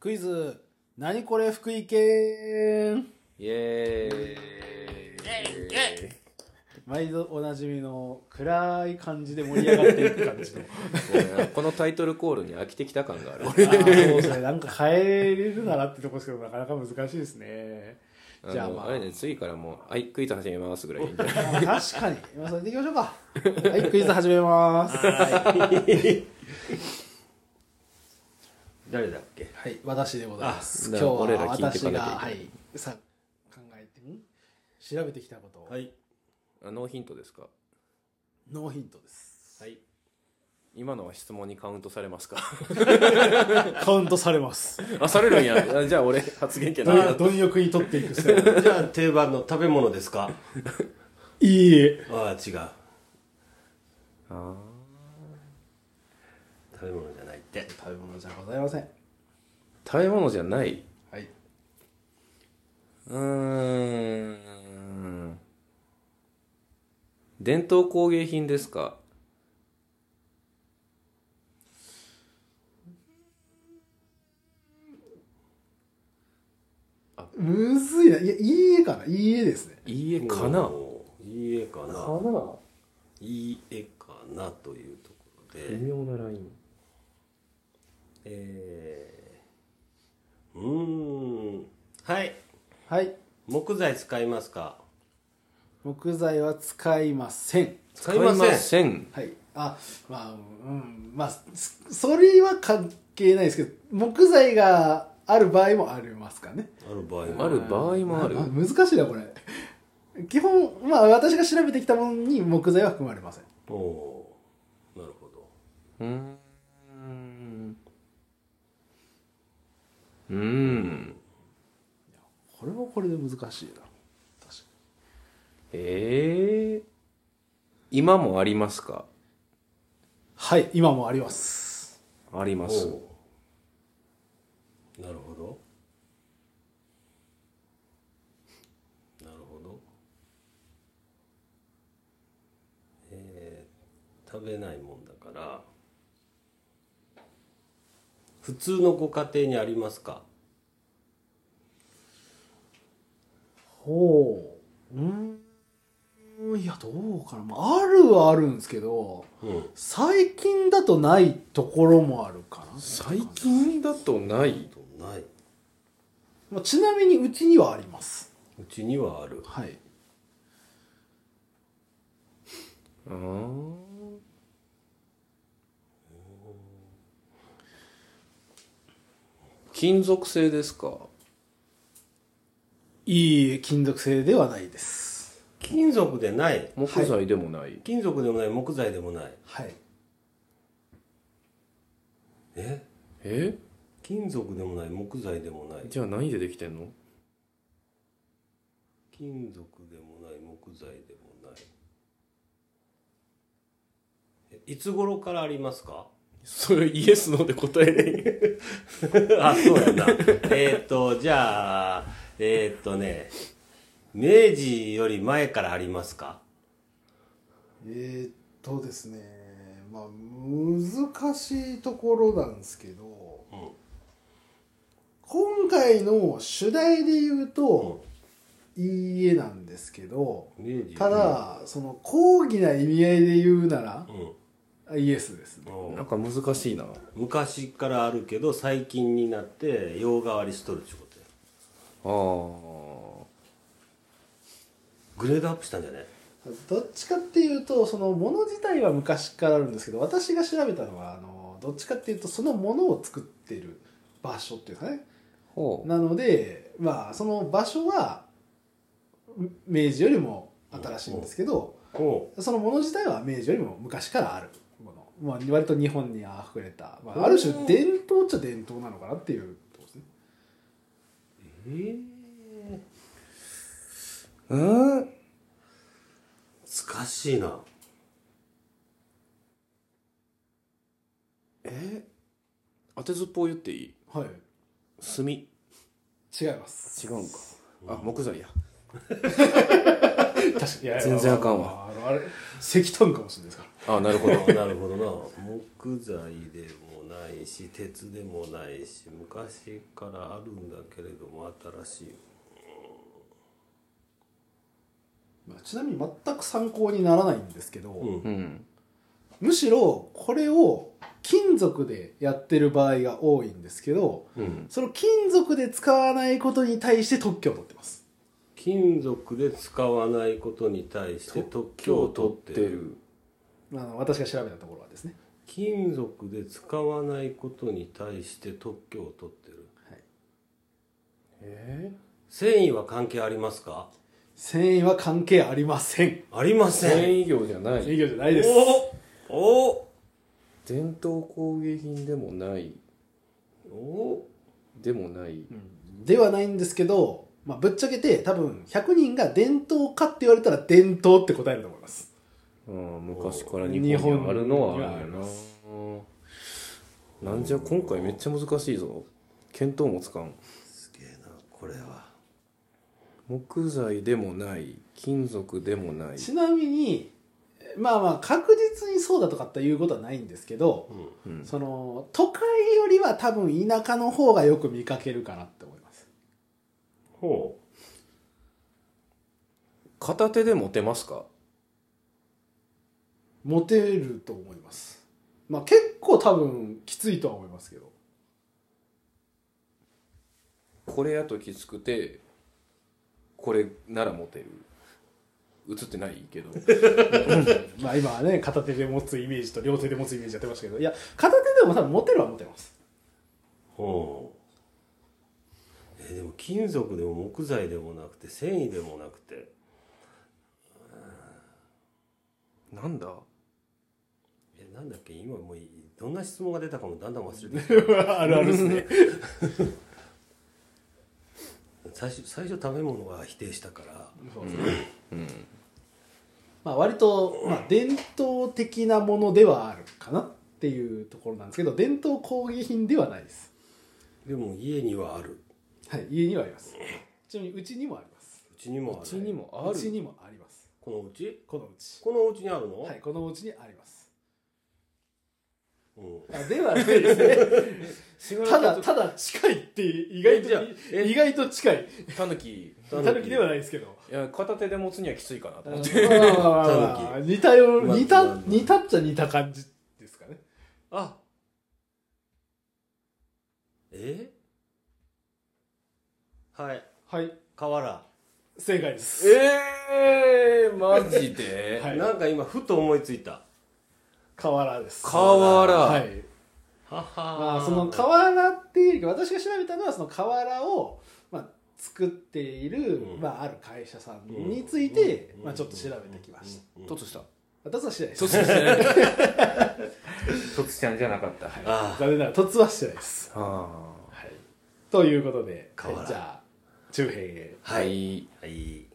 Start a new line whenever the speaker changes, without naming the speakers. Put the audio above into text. クイズ、なにこれ福井県
イエー
イ
イ
エ毎度おなじみの暗い感じで盛り上がっていく感じの。
ごめんこのタイトルコールに飽きてきた感がある
あーそうですねなんか変えれるならってとこですけど、なかなか難しいですね。
あ
じゃあ
の
まあ、
あれね次からもう「はいクイズ始めます」ぐらいでいいんじゃない
確かに。今それでいきましょうか。はい、クイズ始めます。
誰だっけ
はい、私でございます。
あ
今日は
俺ら聞いて
私
かな
が、
きゃいけない
はい、さ、考えて、ん調べてきたことを、
い
あノーヒントですか
ノーヒントです。
はい
今のは質問にカウントされますか
カウントされます。
あされるんやあじゃあ俺発言権ない
どん貪欲に取っていくスタイル。
じゃあ定番の食べ物ですか
いいえ。
ああ違う
あ
食べ物じゃないって
食べ物じゃございません。
ー食べ物じゃない
はい。
うーん伝統工芸品ですか
むずいな。いや、いいえかな。いいえですね。
いいえかない
いえかな
な
「いいえかな」というところで
妙なライン
えー、うーんはい
はい。
木材使いますか
木材は使いません。
使
使いません
はい。あ、まあ、うん。まあ、すそれは関係ないですけど、木材がある場合もありますかね。
ある場合も
ある場合もある
あ難しいな、これ。基本、まあ、私が調べてきたものに木材は含まれません。
おおーなるほど
うーんうーん
これはこれで難しいな。
ええ今もありますか
はい、今もあります。
ありま
お
す
おーなるほどなるほどえー、食べないもんだから普通のご家庭にありますか
ほう。うん。いや、どうかな。まああるはあるんですけど、
うん
最近だとないところもあるかな。
最近だとない
ない
まあ、ちなみにうちにはあります。
うちにはある
はい。
あー金属製ですか
いい金属製ではないです。
金属でない
木材でもない、
金属でもない木材でもない
はい。
え
え
金属でもない木材でもない
じゃあ何でできてんの
金属でもない木材でもないえいつ頃からありますか
それイエスノーで答えれん
あそうやな えっとじゃあえっ、とね明治より前からありますか
えーっとですね、まあ、難しいところなんですけど、
うん
今回の主題で言うと、いいえなんですけど、
明治
ただ、その、講義な意味合いで言うなら
う、ん
あイエスですね。
お
なん
う
か難しいな
昔からあるけど最近になって洋代わりしとるってことや
ああ
グレードアップしたんじゃない
どっちかっていうと、その、もの自体は昔からあるんですけど、私が調べたのは、あの、どっちかっていうと、そのものを作ってる場所っていうかね、
ほう
なのでまあその場所はん明治よりも新しいんですけど
お
そのもの自体は明治よりも昔からあるもの、まあ、割と日本にあふれた、まあ、ある種伝統っちゃ伝統なのかなっていうとこですね
え
うん
難しいな
え当てずっぽう言っていい
はい
炭違
違います
うんかあ木材や
確かに
全然あかんわ
あからあれ石炭かもしれないですから
あなるほど
あなるほどな木材でもないし鉄でもないし昔からあるんだけれども新しい
まあちなみに全く参考にならないんですけど、
うん
うん
むしろこれを金属でやってる場合が多いんですけど
うん
その金属で使わないことに対して特許を取ってます
金属で使わないことに対して特許を取ってる
あの私が調べたところはですね
金属で使わないことに対して特許を取ってる
え
繊維は関係ありますか
繊維は関係ありません
ありま
ー
せん
繊維業じゃな
営
い
業じゃないです
おお
伝統工芸品でもない
お
でもない
うんではないんですけど、まあ、ぶっちゃけて多分100人が伝統かって言われたら伝統って答えると思います
うん昔から日本にあるのはあるよななんじゃ今回めっちゃ難しいぞ見当もつかん
すげえなこれは
木材でもない金属でもない
ちなみにまあまあ確実にそうだとかっていうことはないんですけど
うん
うん
その都会よりは多分田舎の方がよく見かけるかなって思います
ほ
片手で持てますか
モテると思いますまあ結構多分きついとは思いますけ ど
これやときつくてこれなら持てる映ってないけど
まあ今はね片手で持つイメージと両手で持つイメージやってましたけどいや片手でも多分モテるはモテます
うほうえでも金属でも木材でもなくて繊維でもなくて
なんだ
えなんだっけ今もういどんな質問が出たかもだんだん忘れてき
あるあるですね
た最初最初食べ物は否定したから
まあ割と、まあ、伝統的なものではあるかなっていうところなんですけど伝統工芸品ではないです
でも家にはある
はい家にはありますちなみにうちにもあります
うちにもある
うちにもあ
うち
る
にもあります
このうち
このうち
このお家にあるの、
はいこのうちにあります
うん、
あではないです ねただ
た
ただ近いって意外
えじゃあ
と
え
意外と近い
たぬき
たぬきではないですけど
いや片手で持つにはきついかなと
まあ
思
まあま
って
あまあ似たよう
まあ
似た
まあまあ
似たっちゃ似た感じですかね
あえはい
はい
瓦
正解です
ええー、マジで、
はい
なんか今ふと思いついた
河原です
瓦
はい
はは
まあ、その河原っていうよりか私が調べたのはその河原を、まあ、作っている、
うん
まあ、ある会社さんについて、
うん
まあ、ちょっと調べてきました、
うん
突した
私はしてないです
突したね突したんじゃなかったはい
ああ
残念ながら突はしてないです、
あ
はい、ということで、
河
は
原
い、じゃあ中編へ
ーはい
はい